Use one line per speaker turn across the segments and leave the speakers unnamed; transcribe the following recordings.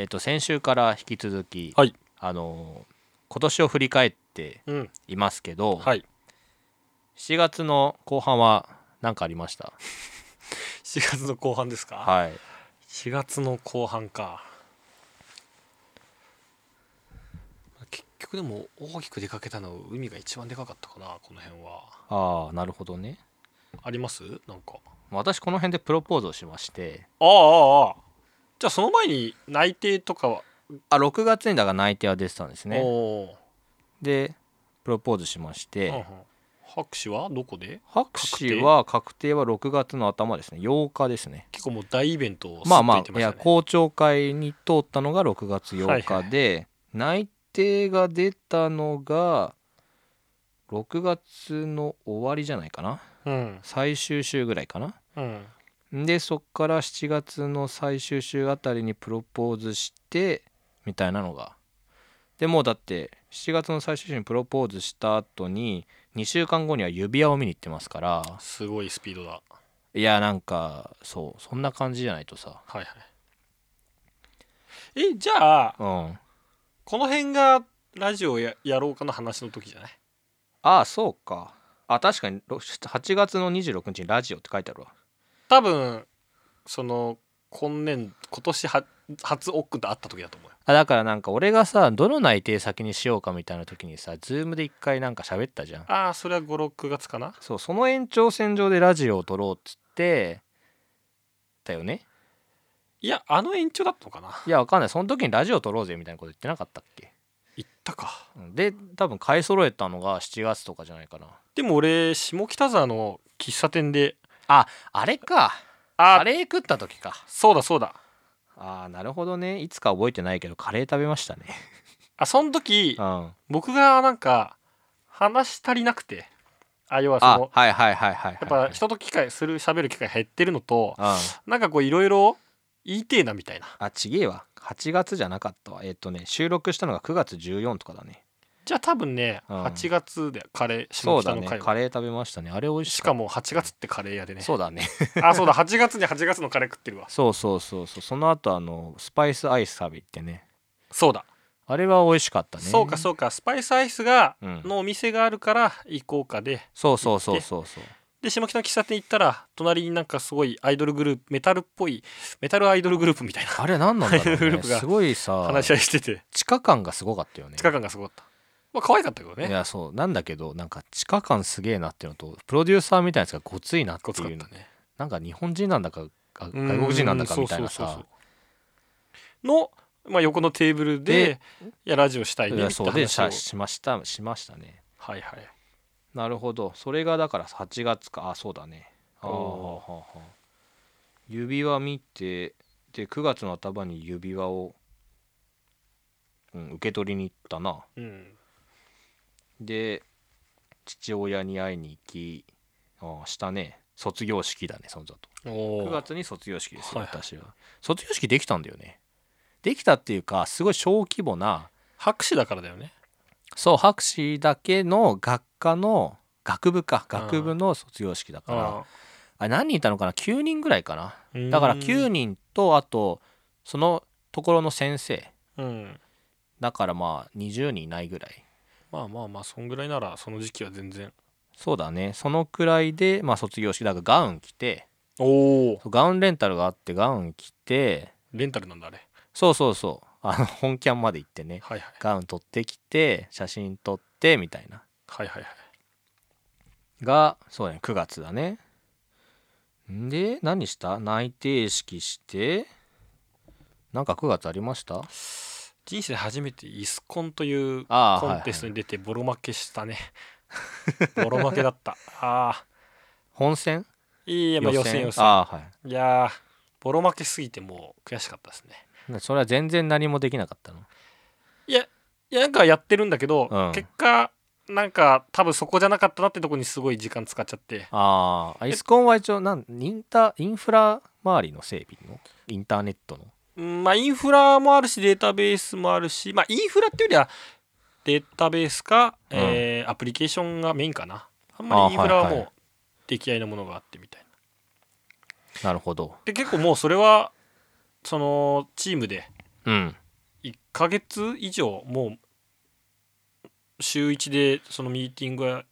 えっと、先週から引き続き、
はい
あのー今年を振り返って
うん
いますけど、
はい
7月の後半は何かありました
4月の後半ですか、
はい
4月の後半か結局でも大きく出かけたのは海が一番でかかったかなこの辺は
ああなるほどね
ありますなんか
私この辺でプロポーズをしまして
ああああじゃあその前に内定とかは
あ6月にだから内定は出てたんですね
おー
でプロポーズしまし
うんうん
て
博士はどこで
博士は確定は6月の頭ですね8日ですね
結構もう大イベントを
まあまあ
すっと
い
言
や
ってまし
公聴会に通ったのが6月8
はいは
日で内定が出たのが6月の終わりじゃないかな
たね
最終週ぐらいかな
うんうん
でそっから7月の最終週あたりにプロポーズしてみたいなのがでもうだって7月の最終週にプロポーズした後に2週間後には指輪を見に行ってますから
すごいスピードだ
いやなんかそうそんな感じじゃないとさ
はいはいえじゃあ
うん
この辺がラジオややろうかの話の時じゃない
ああそうかあ確かにろ8月の26日にラジオって書いてあるわ
多分その今年今年は初オックで会った時だと思うよ
あだからなんか俺がさどの内定先にしようかみたいな時にさズームで一回なんか喋ったじゃん
ああそれは56月かな
そうその延長線上でラジオを撮ろうっつってだよね
いやあの延長だったのかない
やわかんないその時にラジオ撮ろうぜみたいなこと言ってなかったっけ
行ったか
うんで多分買い揃えたのが7月とかじゃないかな
でも俺下北沢の喫茶店で
あれか
あ
カレー食った時か
そうだそうだ
ああなるほどねいつか覚えてないけどカレー食べましたね
あその時
うん
僕がなんか話し足りなくてあ要はそ
あ
の
はいはいはいはいはい
やっぱ人と機会する喋る機会減ってるのと
うん
なんかこういろいろ言いてえなみたいな
あちげえわ8月じゃなかったわえっ、とね収録したのが9月14とかだね
じゃあ多分ね、
うん
8月でカレー
そうだ
下北の
ね
会
カレー食べましたねあれ美味し
し
か
か
っ
も8月ってカレー屋で
た
ね
そうだね
あそうだ8月に8月のカレー食ってるわ
そうそうそうそうその後あのスパイスアイス食べ行ってね
そうだ、
あれは美味しかったね
そうかそうかスパイスアイスが
う、ん、
のお店があるから行こうかで
そうそうそうそうそう
で下北の喫茶店行ったら隣になんかすごいアイドルグループメタルっぽいメタルアイドルグループみたいな
あれ何なんだ ろ
グ
う
ル
ね
ープが
すごいさ
話し合いしてて
地下感がすごかったよね
地下感がすごかったまあ可愛かったけど
い
ね
やそうなんだけどなんか地下感すげえなっていうのとプロデューサーみたいなやつがごついなっ
ご
て
つかっ
いう
たね
なんか日本人なんだかあ外国人なんだかみたいな
うんそう
さ
そうそうそうの、まあ、横のテーブルでいやラジオしたい
い
ね
や
って
そうで
話
し
を
ゃしましたしましたね
はいはい
なるほどそれがだから8月かあそうだねあー
お
はあはあ指輪見てで9月の頭に指輪を、うん、受け取りに行ったな
うん
で父親に会いに行きああしたね卒業式だねそのだと
お
9
ー
月に卒業式ですよ
はいはい
私は卒業式できたんだよねできたっていうかすごい小規模な
博士だからだよね
そう博士だけの学科の学部か学部の卒業式だから、あれ何人いたのかな9人ぐらいかな
うん
だから9人とあとそのところの先生
うん
だからまあ20人いないぐらい
まあまあまあそんぐらいならその時期は全然
そうだねそのくらいでまあ卒業式だからガウン着て
おお
ガウンレンタルがあってガウン着て
レンタルなんだあれ
そうそうそうあの本キャンまで行ってね
はいはい
ガウン取ってきて写真撮ってみたいな
はいはいはい
がそうだね9月だねんで何した内定式してなんか9月ありました
人生で初めてイスコンという
ああ
コンテストに出てボロ負けした ねボロ負けだったああ
本戦
いいやまあ予選予選
ああはい
いやーボロ負けすぎてもう悔しかったですね
なそれは全然何もできなかったの
いやいやなんかやってるんだけど、
うん
結果なんか多分そこじゃなかったなってとこにすごい時間使っちゃって
ああイスコンは一応なんインタインフラ周りの整備のインターネットの
うんまあインフラもあるしデータベースもあるしまあインフラっていうよりはデータベースか、
うん
えーアプリケーションがメインかなあんまりインフラはもう出来合いのものがあってみたいな、
なるほど
で結構もうそれはそのチームで
うん
1ヶ月以上もう週1でそのミーティングは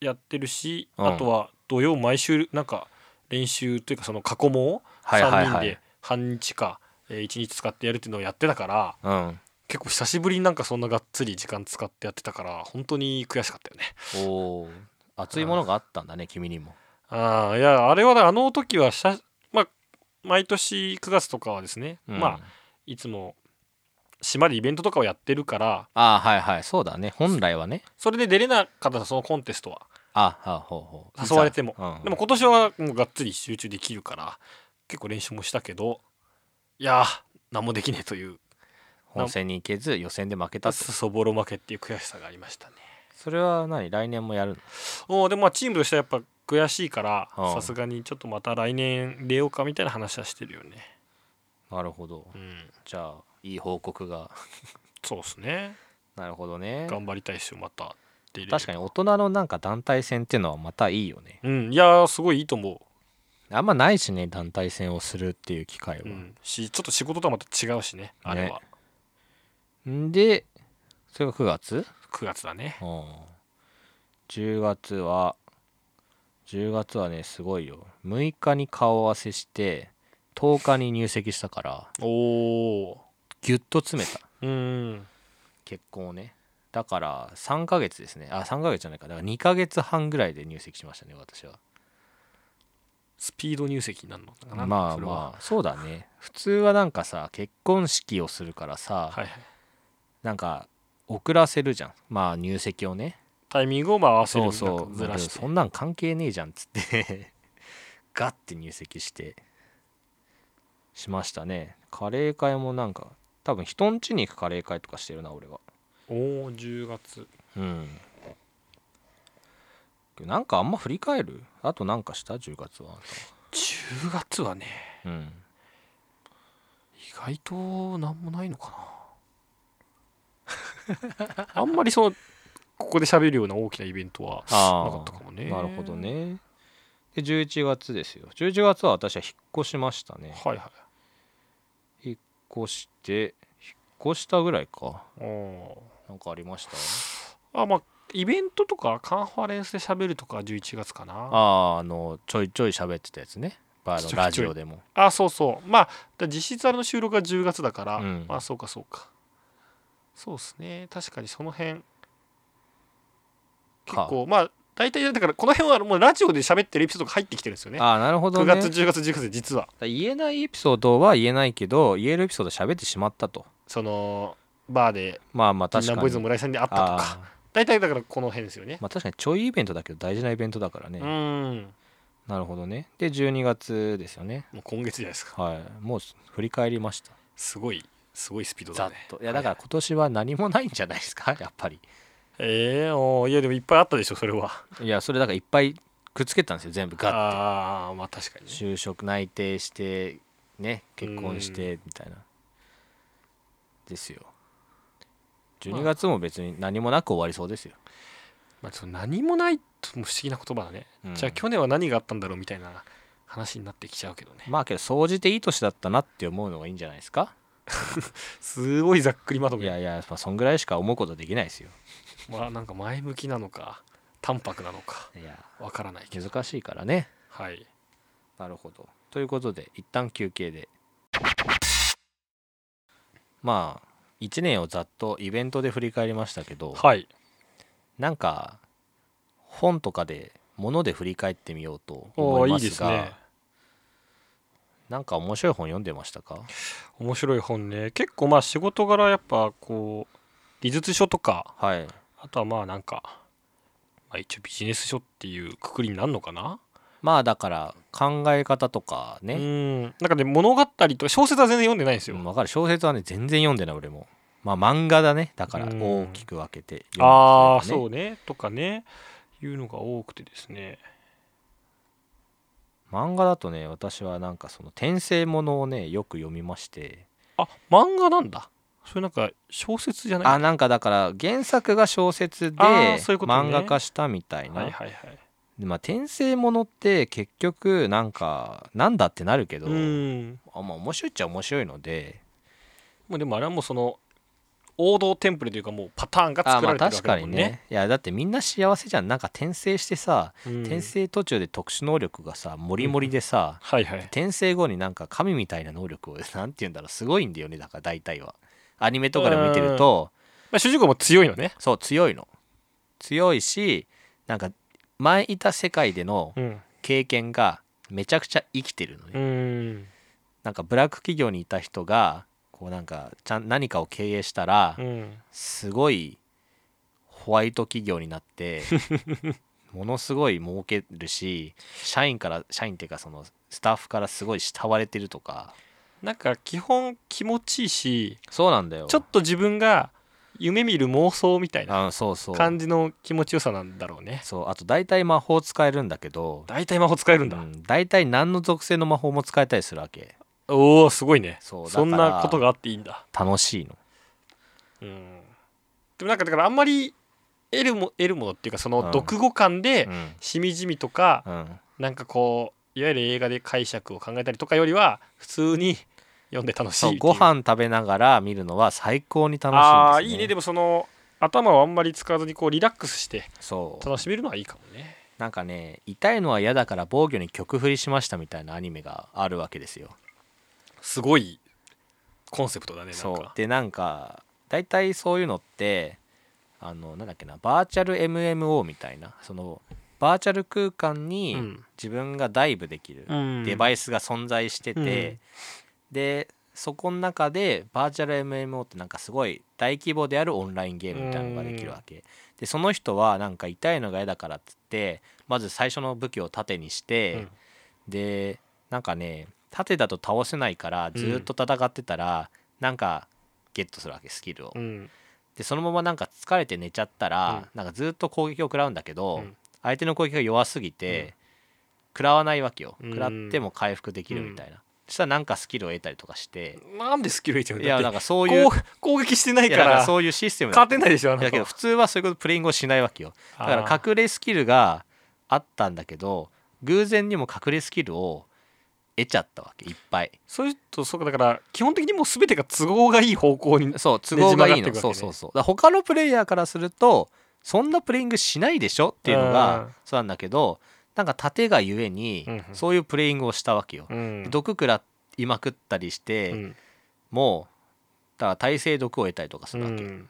やってるし、
うん
あとは土曜毎週なんか練習というかその過去問を
はいはい
3人
はい
で半日か1日使ってやるっていうのをやってたから
うん
結構久しぶりになんかそんながっつり時間使ってやってたから本当に悔しかったよね。
おー熱いものがあったんだね君にも
ああいやあれはねあの時はしゃ、まあ、毎年9月とかはですね、
うん
まあいつも島でイベントとかをやってるから
ああはいはいそうだね本来はね
それで出れなかったのそのコンテストは
ああほうほう
誘われても
いざうん
でも今年はもうがっつり集中できるから結構練習もしたけどいやー何もできねえという
本戦に行けず予選で負けたって
そそぼろ負けっていう悔しさがありましたね
それは何来年もやるの
おーでもまあチームとしてはやっぱ悔しいから
うん
さすがにちょっとまた来年出ようかみたいな話はしてるよね
なるほど
うん
じゃあいい報告が
そうですね
なるほどね
頑張りたいっすよまた出れる
確かに大人のなんか団体戦っていうのはまたいいよね
うんいやーすごいいいと思
あんまないしね団体戦をするっていう機会は
う、う、ん、しちょっと仕事とはまた違うしねあれは
んでそれが9月
9月だね
うん10月は10月はねすごいよ6日に顔合わせして10日に入籍したから
おお
ギュッと詰めた
ーうん
結婚をねだから3ヶ月ですねあ3ヶ月じゃないかだから2ヶ月半ぐらいで入籍しましたね私は
スピード入籍になるのかな
まあ
それは
まあそうだね普通はなんかさ結婚式をするからさ、
はいはい、
なんか遅らせるじゃんまあ入籍をね
タイミングをまあ合わせる
そうそう
なんかずら
まあでも
して
そんなん関係ねえじゃんっつって ガッて入籍してしましたねカレー会もなんか多分人ん家に行くカレー会とかしてるな俺は
おお10月
うんなんかあんま振り返るあとなんかした10月は
10月はね
うん
意外と何もないのかな あんまりそのここで喋るような大きなイベントは
あ
なかったかもね
なるほどねで11月ですよ11月は私は引っ越しましたね
はいは
引っ越して引っ越したぐらいか
いお
なんかありました
ーあまあイベントとかカンファレンスで喋るとか11月かなあ
あーあのちょいちょい喋ってたやつねバーのラジオでも
そうそうまあだ実質あれの収録が10月だから、
うん
まあそうかそうかそうですね確かにその辺結
か
構まあ大体だからこの辺はもうラジオで喋ってるエピソードが入ってきてるんですよね
ああなるほど
9
ね
月10月10月で実は
だから言えないエピソードは言えないけど言えるエピソード喋ってしまったと
そのバーで
まあまあ
銀
確かに
杏ボーイズの村井さんに会ったとか
あー
大体だからこの辺ですよね
まあ確かにちょいイベントだけど大事なイベントだからね、
うーん
なるほどねで12月ですよね
もう今月じゃないですか
はいもう振り返りました
すごいすごいスピード
ざ
だ
っ
ね
といやだから今年は何もないんじゃないですかやっぱり
ええおーいやでもいっぱいあったでしょそれはい
やそれだからいっぱいくっつけたんですよ全部ガッ
ああまあ確かにね
就職内定してね結婚してみたいなですよ
まあ
12月も別に何もなく終わりそうですよ、
まあ、その何もないとも不思議な言葉だね、
うん
じゃあ去年は何があったんだろうみたいな話になってきちゃうけどね
まあけど総じていい年だったなって思うのがいいんじゃないですか
すごいざっくりまと
い
め
やいや、まあ、そんぐらいしか思うことできないですよ
まあなんか前向きなのか淡白なのか
いや
わからないけど
難しいからね
はい
なるほどということで一旦休憩でまあ1年をざっとイベントで振り返りましたけど
はい
なんか本とかで物で振り返ってみようと
お
思
ー
い
い
ま
いですす
が
ね
なんか面白い本読んでましたか
面白い本ね結構まあ仕事柄やっぱこう技術書とか
はい
あとはまあなんか、まあ、一応ビジネス書っていうくくりになるのかな
まあだから考え方とか
う
ね、
んなんかね物語と小説は全然読んでないんです
う
よ、
ん、分かる小説はね全然読んでない俺もまあ漫画だねだから
うん
大きく分けて読む
ああ
それ
そ
とね
うねとかねいうのが多くてですね
漫画だとね私はなんかその転生ものをねよく読みまして
あ漫画なんだそれなんか小説じゃない
あなんかだから原作が小説で
あーそういうことね
漫画化したみたいな
はいはいはい
でまあ転生ものって結局なんかなんだってなるけど
うん
あまあ面白いっちゃ面白いので
もうでもあれはもうその王道テンプレというかもうパターンが
あー
作
まあ
られてるわ
確
けだ
か
も
に
ん
ね
ね。
いやだってみんな幸せじゃんなんか転生してさ、
うん
転生途中で特殊能力がさモリモリでさ、
はいはい。
転生後になんか神みたいな能力を なんて言うんだろうすごいんだよねだから大体はアニメとかでも見てると、
まあ、主人公も強いのね。
そう強いの強いしなんか前いた世界での
うん。
経験がめちゃくちゃ生きてるのね、
うん。
なんかブラック企業にいた人がこうなんかちゃん何かを経営したら、
うん。
すごいホワイト企業になって ものすごい儲けるし社員から社員っていうかそのスタッフからすごい慕われてるとか
なんか基本気持ちいいし、
そうなんだよ
ちょっと自分が夢見る妄想みたいな
あそうそう
感じの気持ちよさなんだろうね。
そうあと大体魔法使えるんだけど
大体魔法使えるん
う
だ。
ん大体何の属性の魔法も使えたりするわけ
おおすごいね。
そうだから
そんなことがあっていいんだ。
楽しいの
うんでもなんかだからあんまり得るも得るものっていうかそ
うん
の読後感で
うん
しみじみとか、
うん
なんかこういわゆる映画で解釈を考えたりとかよりは普通に読んで楽しい
そ
って
う
いう
ご飯食べながら見るのは最高に楽しいんです、ね、
ああいいねでもその頭をあんまり使わずにこうリラックスして
そう
楽しめるのはいいかもね
なんかね痛いのは嫌だから防御に曲振りしましたみたいなアニメがあるわけですよ
すごいコンセプトだねなん
そう
か
でなんか大体そういうのってあのなんだっけなバーチャル MMO みたいなそのバーチャル空間
う
に
ん
自分がダイブできる
うん
デバイスが存在してて、でそこの中でバーチャル MMO ってなんかすごい大規模であるオンラインゲームみたいなのができるわけ、でその人はなんか痛いのが嫌だからっつってまず最初の武器を盾にして、
うん
でなんかね盾だと倒せないからずーっと戦ってたら、なんかゲットするわけスキルを、
うん
でそのままなんか疲れて寝ちゃったら、なんかずーっと攻撃を食らうんだけど、
うん
相手の攻撃が弱すぎて、
うん
食らわないわけよ
うん
食らっても回復できるみたいな、そしたらなんかスキルを得たりとかして、
なんでスキル得てるん
い
だ
や
って
なんかそういう
こう攻撃してない
い
か
やだかららそういうシステムだ
勝てないでしょあなた
だけど普通はそういうことプレイングをしないわけよだ
あー
から隠れスキルがあったんだけど偶然にも隠れスキルを得ちゃったわけいっぱい
そういうとそうかだから基本的にもう全てが都合がいい方向に
そう都合がいいの、
ねじ曲がってくわけね
そうそうそうだから他のプレイヤーからするとそんなプレイングしないでしょっていうの
う
が
ん
そうなんだけどなんか盾がゆえに
うんうん
そういうプレイングをしたわけよ、
うん
毒食らいまくったりし
う
て
ん
もうだから耐性毒を得たりとかす
う
るわけ、
ん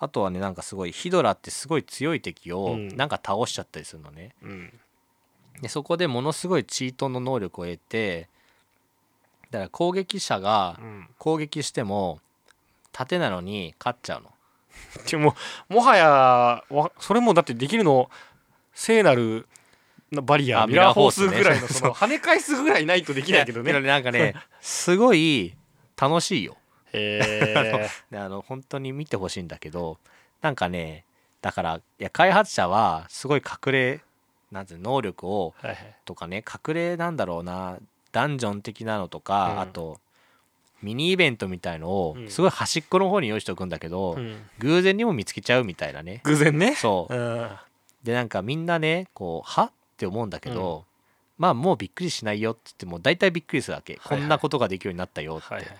あとはねなんかすごいヒドラってすごい強い敵を
うん
なんか倒しちゃったりするのね、
うん
でそこでものすごいチートの能力を得てだから攻撃者が
うん
攻撃しても盾なのに勝っちゃうの
でももはやわそれもだってできるの聖なるなバリア
あ
ミラーホース
ミラーホースね
ぐらいのその跳ね返すぐらいないとできないけど
いや
ね
なんかねすごい楽しいよ
へ
であの本当に見てほしいんだけどなんかねだからいや開発者はすごい隠れなんていうの能力を
えはいはい
とかね隠れなんだろうなダンジョン的なのとか、
うん
あとミニイベントみたいのを
うん
すごい端っこの方に用意しておくんだけど、
うん
偶然にも見つけちゃうみたいなね
偶然ね
そううんでなんかみんなねこうはって思うんだけど、まあもうびっくりしないよって言ってもう大体びっくりするわけ、
はいはい
こんなことができるようになったよって、
はいはい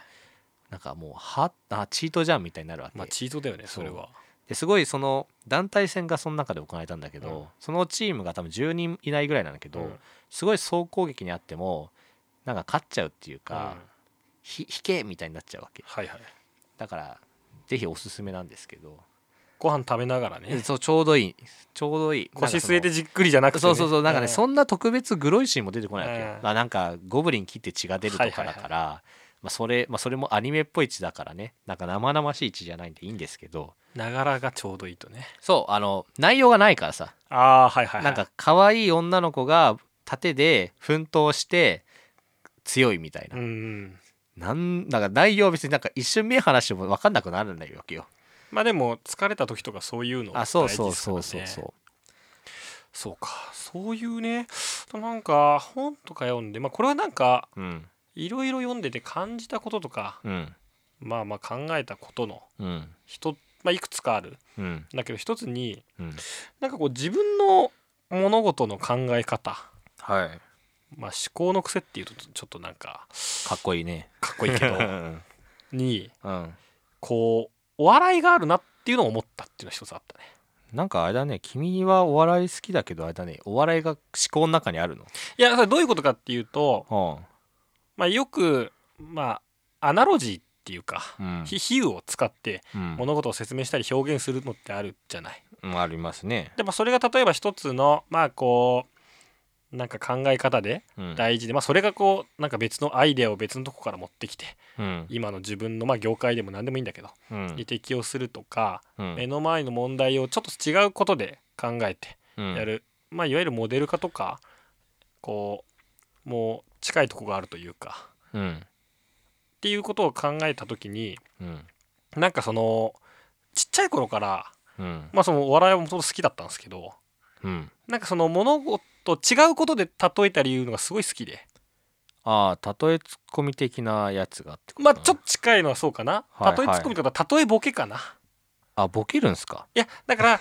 なんかもうはあチートじゃんみたいになるわけ、
まあチートだよねそれは
ですごいその団体戦がその中で行われたんだけど、
うん
そのチームが多分10人いないぐらいなんだけど、
うん
すごい総攻撃にあってもなんか勝っちゃうっていうか、
うん
ひ引けみたいになっちゃうわけ
はいはい
だからぜひおすすめなんですけど
ご飯食べながらね
そうちょうどいいちょうどいい
腰据え
なんか
てじっくりじゃなく
その
て
そうそうそうなんかね、
ん
そんな特別グロいシーンも出てこないわけよ、
うん
あなんかゴブリン切って血が出るとかだから、
はいはい
まあ、それまあ、それもアニメっぽい血だからねなんか生々しい血じゃないんでいいんですけど
ながらがちょうどいいとね
そうあの内容がないからさ
ああはいはいはい
なんか可愛い女の子が盾で奮闘して強いみたいな
う。ん
なんだから内容は別になんか一瞬目離しても分かんなくなるんだよわけよ。
まあでも疲れた時とかそういうの
あ
大
そう
事
そう
ですから
そうそ
ね
うそう。
そうかそういうねなんか本とか読んでまあこれはなんか
うん
いろいろ読んでて感じたこととか
うん
まあまあ考えたことの
うん
一まあ、いくつかある
うん
だけど一つに
うん。
なんかこう自分の物事の考え方、
はい。
まあ、思考の癖っていうとちょっとなんか
かっこいいね。
かっこいいけど
うん
に
うん
こうお笑いがあるなっていうのを思ったっていうのが一つあったね
なんかあれだね君はお笑い好きだけどあれだねお笑いが思考の中にあるの
いやそれどういうことかっていうと、
う
まあ、よく、まあ、アナロジーっていうか、
んうん
ひ比喩を使って
うん
物事を説明したり表現するのってあるじゃない。
うんありますね
でもそれが例えば一つのまあこうなんか考え方で
うん
大事で、まあ、それがこうなんか別のアイデアを別のとこから持ってきて
うん
今の自分のまあ業界でも何でもいいんだけど、
うん
に適用するとか、
うん
目の前の問題をちょっと違うことで考えて
うん
やる、まあ、いわゆるモデル化とかこうもう近いとこがあるというか
うん
っていうことを考えた時に
うん
なんかそのちっちゃい頃から、
うん
まあ、そのお笑いはもともと好きだったんですけど
うん
なんかその物事と違うことで例えたり言うのがすごい好きで
ああ例えツッコミ的なやつがってこと
ま
か
あ
な
ちょっと近いのはそうかな、
はいはい
例えツッコミとか例えボケかな
あボケるんすか
いやだか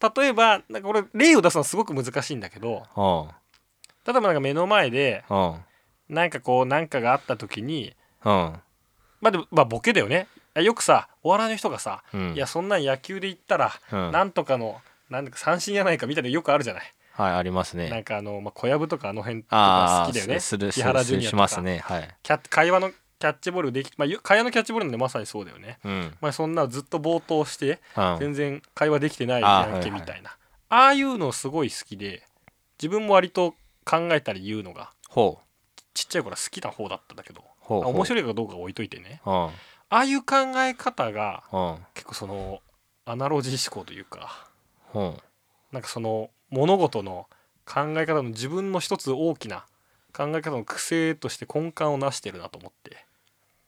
ら例えばなんか俺例を出すのはすごく難しいんだけど
うんうん
例えばなんか目の前で
うん
なんかこうなんかがあった時に
うん
まあでもまあボケだよねよくさお笑いの人がさ、
うん
いやそんなん野球で言ったら、
うん
なんとかのなんだか三振やないかみたいなのよくあるじゃない、
はいありますね
なんかあの、まあ、小籔とかあの辺とか
ああ
好きだよね
する
木
す
原
る
ジ
す
ュ
る
ニア
し
とか
ますねはい
キャ会話のキャッチボールでき、まあ、ゆ会話のキャッチボールなんでまさにそうだよね、
うん
まあ、そんなずっと冒頭して
うん
全然会話できてない
あー
やんけ
はいはい
みたいなあ,、あいうのすごい好きで自分も割と考えたり言うのが
ほう
ちっちゃい頃は好きな方だったんだけど
ほう
あ面白いかどうかは置いといてね
うんうん
ああいう考え方が結構そのアナロジー思考というか
うん
なんかその物事の考え方の自分の一つ大きな考え方の癖として根幹をなしてるなと思って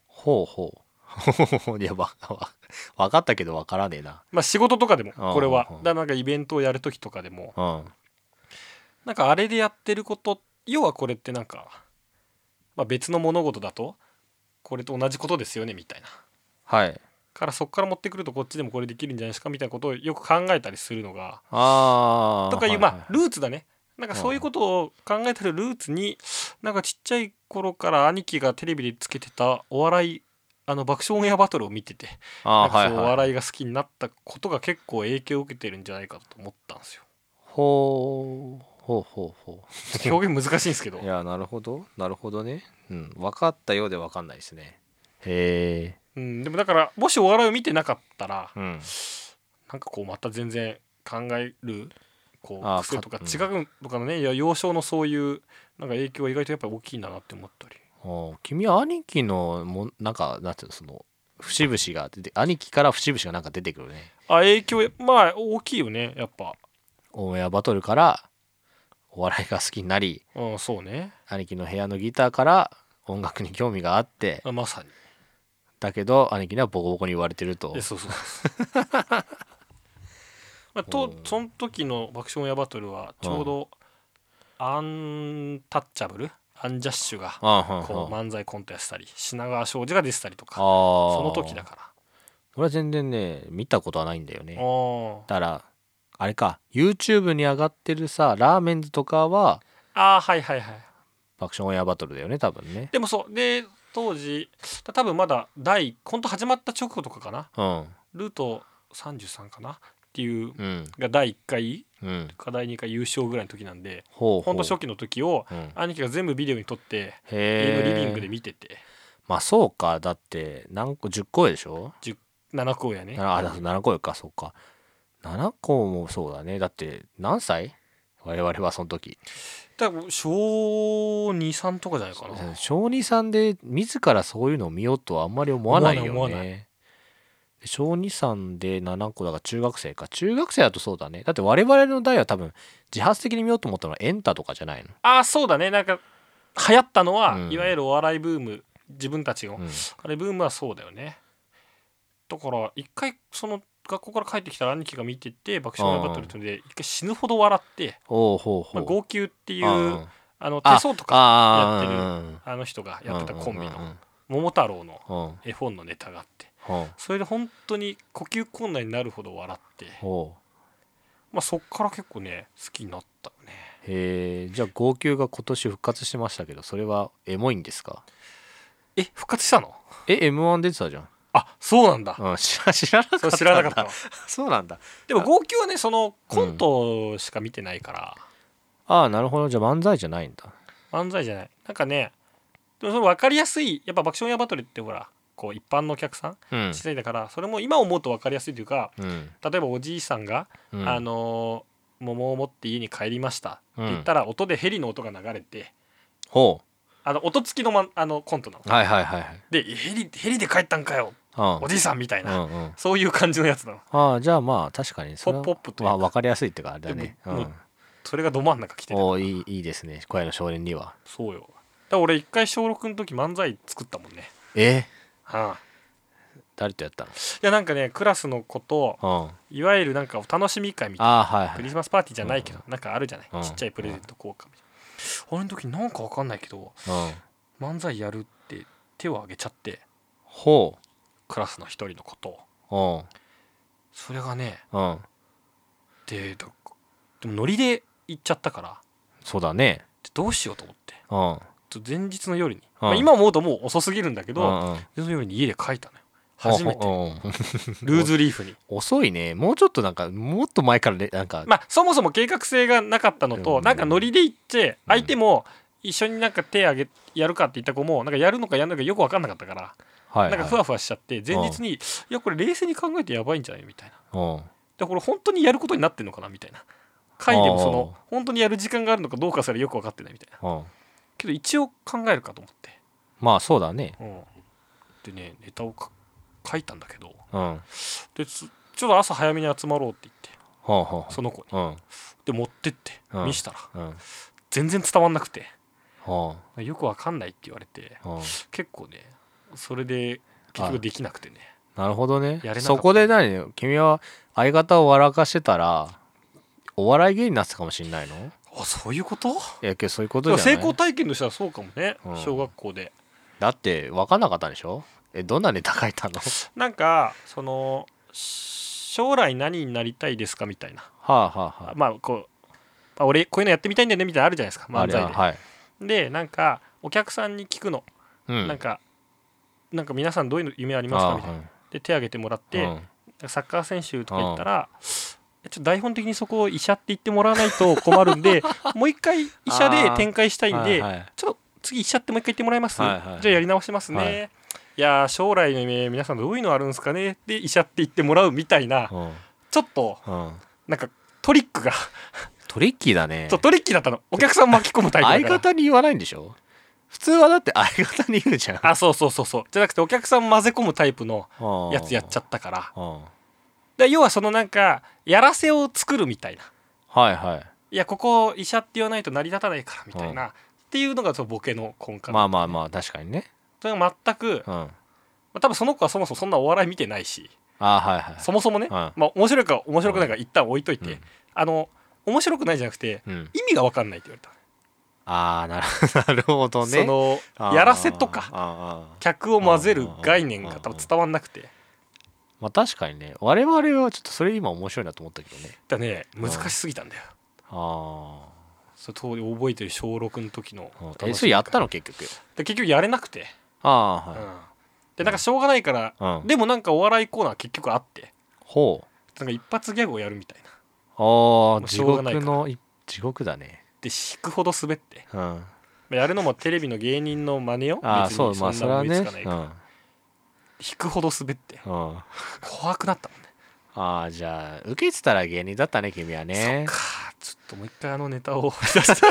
ほうほうほうほ ういやわわわかったけどわからねえな
まあ仕事とかでも
あー
これは
ほうほう
だからなんかイベントをやる時とかでも
うん
なんかあれでやってること要はこれってなんか、まあ、別の物事だとこれと同じことですよねみたいな
はい
からそこから持ってくるとこっちでもこれできるんじゃないですかみたいなことをよく考えたりするのが
ああ
とかいうまあルーツだねなんかそういう
うん
ことを考えてるルーツになんかちっちゃい頃から兄貴がテレビでつけてたお笑いあの爆笑オンエアバトルを見てて
あ
なん
あ
か
は
そ
いう
お
はい
笑いが好きになったことが結構影響を受けてるんじゃないかと思ったんで すよ
ほうほうほうほ
表現難しいんですけど
ういやなるほどなるほどねうんわかったようでわかんないですねへ
うんでもだからもしお笑いを見てなかったら
えうん
なんかこうまた全然考えるこ
あ
う
ー
癖とか
か
違うとかのねいや幼少のそういうなんか影響は意外とやっぱり大きいんだなって思ったり
お君は兄貴のもんなんかなんていうのその節々が出て兄貴から節々がなんか出てくるね
あ影響まあ大きいよねやっぱ
オンエアバトルからお笑いが好きになり
うんそうね
兄貴の部屋のギターから音楽に興味があって
あまさに
だけど兄貴にはボコボコに言われてると
えそうそう そうまあ、と
うん
その時の「爆笑オンエアバトル」はちょうどアンタッチャブルアンジャッシュが
ああ
こう漫才コントやってたり品川庄司が出てたりとかそ
そ
の時だから
俺は全然ね見たことはないんだよね
おー
だからあれか YouTube に上がってるさラーメンズとかは
ああはいはいはい
爆笑オンエアバトルだよね多分ね
でもそうで当時た多分まだ第コント始まった直後とかかな
うん
ルート33かなっていう
うん
が第1回
うん
か第2回優勝ぐらいの時なんで
ほうほう
ほんと初期の時を
うん、へ
兄貴が全部ビデオに撮って家の
え
リビングで見てて
まあそうかだって何個10個でしょ
7公やね
なあだ7個かそうか7個もそうだねだって何歳我々はその時
多分小23とかじゃないかな
小2さんで自らそういうのを見ようとはあんまり思わない
思
よ
わない思わ
ね小2さんで7個だから中学生か中学生だとそうだねだって我々の代は多分自発的に見ようと思ったのはエンタとかじゃないの、
ああそうだねなんか流行ったのは、
うん
いわゆるお笑いブーム自分たちの、
うん
あれブームはそうだよねだから一回その学校から帰ってきたら兄貴が見てて爆笑問題バトルっていうので一回死ぬほど笑って、
おうほうほう、
まあ、号泣っていう
うんうん
あの手相とか
ああ
やってる
うんうん
あの人がやってたコンビ
うんうんう
の
ん
「桃太郎」の
ほ
絵本のネタがあって
うほう
それで本当に呼吸困難になるほど笑って、
ほう
まあ、そっから結構ね好きになったよね
へえじゃあ号泣が今年復活してましたけどそれはエモいんですか
え復活したの
え m 1出てたじゃん、
あそうなんだ
うん、知ら知らなかった
そ
ん
う
だ
知らなかったわ
そうなんだ
でも号泣はねそのコントしか見てないから、
ああなるほどじゃあ漫才じゃないんだ
漫才じゃないなんかねでもその分かりやすいやっぱ爆笑オンエアバトルってほらこう一般のお客さん
うん
小さいだからそれも今思うと分かりやすいというか
うん
例えばおじいさんが、
うん
あのー桃を持って家に帰りましたって言ったら音でヘリの音が流れて
ほ
あの音付きの,、ま、あのコントなの
うはいはいはいはい
でヘリヘリで帰ったんかよ
うん
おじいさんみたいな、
うんうん
そういう感じのやつなの
ああじゃあまあ確かにそれは
ポップポップという
ま
か
あ分かりやすいっていうかあれだね、
で
う、
ももうんそれがど真ん中来てる
おーいいいいですね小屋の少年には
そうよだから俺一回小6の時漫才作ったもんね、
え
はあ、
誰とやった
いやなんかねクラスの子と
の、うん、
いわゆるなんかお楽しみ会みたい
ああはい
な
は
クリ
い
スマスパーティーじゃないけど、なんかあるじゃない、
うん
ちっちゃいプレゼント交換みたいな、俺の時なんかわかんないけど
うん、
漫才やるって手を挙げちゃって
ほ
クラスの一人の子と
ううん
それがね
うん
でどでもノリで行っちゃったから
そうだね
でどうしようと思って
うん
ちょ前日の夜に、
うん
まあ、今思うともう遅すぎるんだけ
う
ど、
んうん
前日の夜に家で書いたのよ初め
う
て
んうん
ルーズリーフに
遅いねもうちょっとなんかもっと前からねなんか、
まあそもそも計画性がなかったのと、
うん
なんかノリで行って相手も一緒になんか手あげやるかって言った子もなんかやるのかやらないのかよく分かんなかったから、
はいはい、
なんかふわふわしちゃって前日に、いやこれ冷静に考えてやばいんじゃないみたいな
うん
でこれ本当にやることになってんのかなみたいな会でもその
あ
本当にやる時間があるのかどうかすらよく分かってないみたいな
うん
けど一応考えるかと思って、
まあそうだね
うん、でねネタをか書いたんだけど
うん
でつちょっと朝早めに集まろうって言って
ほうほう
その子に
うん
で持ってって
うん
見したら
うん
全然伝わんなくて
ほ
よくわかんないって言われて
ううん
結構ねそれで結局できなくてね
なるほどね
やれなかった
そこで何君は相方を笑かしてたらお笑い芸人になってたかもしんないの い
あそういうこと
やけどそういうこ
でも
とじゃ
成
ない
功体験としてはそうかもね、
うん
小学校で
だって分かんなかったんでしょえどんなネタ書いた の
なんかそのし将来何になりたいですかみたいな、
はあはあは
まあこう、まあ俺こういうのやってみたいんだよねみたいなのあるじゃないですか
ああ
漫
れ
才
は
で、
はい、
でなんかお客さんに聞くの、
うん、
なんかなんか皆さんどういう夢ありますか
あ
みたいなで手挙げてもらって、
うん
サッカー選手とか言ったら、ちょっと台本的にそこを医者って言ってもらわないと困るん でもう一回医者で展開したいんで、
はいはい
ちょっと次医者ってもう一回言ってもらえます、
はいはい
じゃあやり直しますね、
はいい、
やー将来の夢皆さんどういうのあるんですかねで医者って言ってもらうみたいなちょっと
うんうん
なんかトリックが
トリッキーだね
そうトリッキーだったのお客さん巻き込むタイプだから
相方に言わないんでしょ普通はだって相方に言うじゃん
あそうそうそうそうじゃなくてお客さん混ぜ込むタイプの
うん
やつやっちゃったから
うんは
で要はそのなんかやらせを作るみたいない
はい
やここ医者って言わないと成り立たないからみたいな、っていうのがそのボケの根幹、
まあまあまあ確かにね
それが全く、
うんあ
まあ、多分その子はそもそもそんなお笑い見てないし
はいはい
そもそもね、
うん
まあ、面白いか面白くないか一旦置いといて、
うん
あの面白くないじゃなくて
うん
意味が分かんないって言われた、
ああなるなるほどね
そのやらせとか
か
客を混ぜる概念が多分伝わんなくて
まあ確かにね我々はちょっとそれ今面白いなと思ったけどね
だね
ん
難しすぎたんだよ
あ
それ当時覚えてる小6の時の
あえそれやったの結局
で結局やれなくて、
ああ
う
はい
んでなんかしょうがないから、
うん
でもなんかお笑いコーナー結局あって
ほう
なんか一発ギャグをやるみたいな
あ
も
あ
う
地
しょうが
獄
ないから
のい地獄だね
で引くほど滑って
うんあ
まあやるのもテレビの芸人の真似よ
あ
別に
そうまあそれ
んな
は
思いつ
ね
かないか
う
ら
ん、うん、
引くほど滑って
あ
怖くなったもんね
あじゃあ受けてたら芸人だったね君はね
かあちょっともう一回あのネタを 出して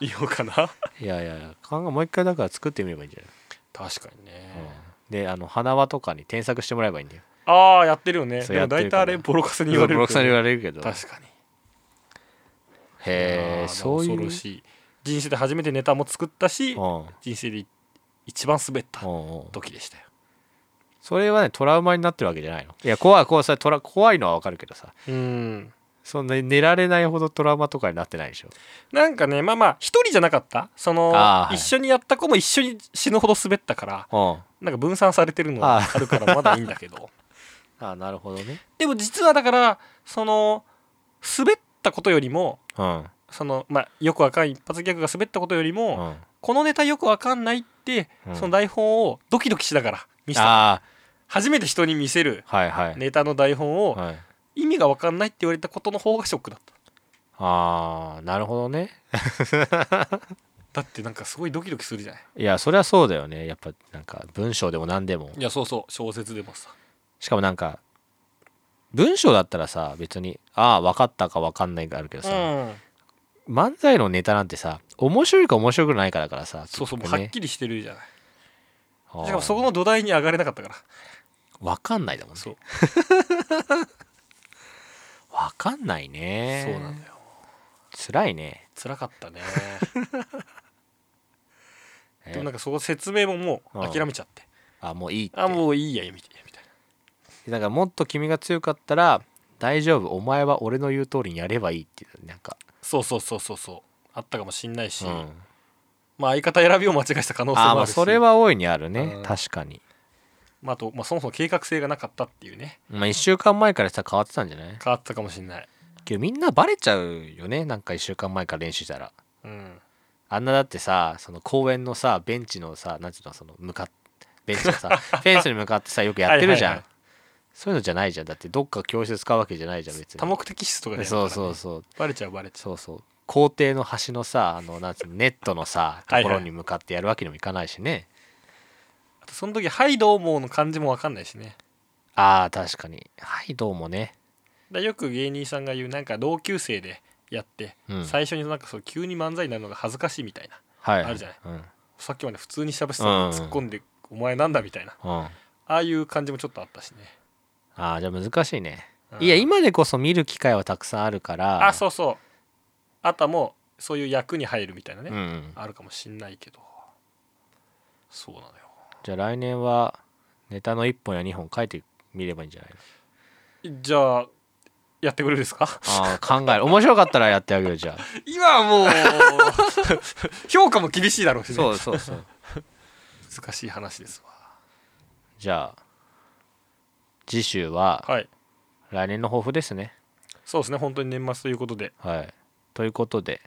みようかない
やいやいや考えもう一回だから作ってみればいいんじゃない、
確かにね、
うん、であの花輪とかに添削してもらえばいいんだよ
ああやってるよね
そう
でも
やって
大
る
体
か
あ
ら
れボロカスに
ブ
言われる
ロック
け
さ
ど
ん
ね
に言われるけどへ
確かにいや
え
ー
そういう
恐ろしい人生で初めてネタも作ったし
うんうん
人生で一番滑った
うん
時でしたよ、
それはねトラウマになってるわけじゃないのいや怖い怖いそれトラ怖いのはわかるけどさ
うん、
そんな寝られないほどトラウマとかになってないでしょ
なんかねまあまあ一人じゃなかったその、
あーはい
一緒にやった子も一緒に死ぬほど滑ったから
うん
なんか分散されてるのは
あ
あるからまだいいんだけ ど
ああなるほどね
でも実はだからその滑ったことよりも
うん
そのまあよくわかんない一発ギャグが滑ったことよりも、
うん
このネタよくわかんないってて、
うん
その台本をドキドキしながら見せた
あ
初めて人に見せる
あはいはい、
ネタの台本を
はい、
意味が分かんないって言われたことの方がショックだった
ああなるほどね
だってなんかすごいドキドキするじゃない
いやそりゃそうだよねやっぱなんか文章でも何でも
いやそうそう小説でもさ
しかもなんか文章だったらさ別にああ分かったか分かんないがあるけど
う
さ、
ん
漫才のネタなんてさ面白いか面白くないかだからさ
そうそうもう
結
は
局ね
っきりしてるじゃない
ああ
しかもそこの土台に上がれなかったから
分かんないだもんね
そう
分かんないね
そうなんだよ
辛いね
辛かっ たね
え
でもなんかそこ説明ももう諦めちゃって
あもういいって
あもういいやみたいなみたい
だからもっと君が強かったら大丈夫お前は俺の言う通りにやればいいっていうなんか、
なそうそうそうそうそうあったかもしんないし、
うん
まあ相方選びを間違えした可能性
あ
も
ま
あ
あ
るし
それは大いにあるね、
うん
確かに、
まあ、あと、まあ、そもそも計画性がなかったっていうね
まあ、1週間前からさ変わってたんじゃない
変わったかもしんない
けどみんなバレちゃうよねなんか1週間前から練習したら
うん
あんなだってさその公園のさベンチのさなんていうのその向かっベンチの さフェンスに向かってさよくやってるじゃん
はいはいはい
そういうのじゃないじゃんだってどっか教室使うわけじゃないじゃん別に
多目的室とかじゃない
そうそううそう
バレちゃうバレちゃ
そうそう校庭の端のさあのなんつうのネットのさ
は
と
いはい
ころに向かってやるわけにもいかないしね
うあとその時「はいどうも」の感じも分かんないしね
あー確かにはいどうもね
だよく芸人さんが言うなんか同級生でやって、
うん
最初になんかそう急に漫才になるのが恥ずかしいみたいな
はい
あるじゃない
うん、うん、
さっきまで普通にしゃべってたのに
うん
突っ込んで「お前なんだ」みたいな
あ
ああいう感じもちょっとあったしね、
あーじゃあ難しいね
うん
いや今でこそ見る機会はたくさんあるから
あそうそうあとはもうそういう役に入るみたいなね、
うんうん
あるかもしんないけどそうなのよ
じゃあ来年はネタの1本や2本書いてみればいいんじゃないの
じゃあやってくれるです か
ああ考える面白かったらやってあげるよじゃあ
今はもう 評価も厳しいだろうしね
そうそうそう
難しい話ですわ
じゃあ次週は
はい
来年の抱負ですね
そうですね本当に年末ということで
はいということで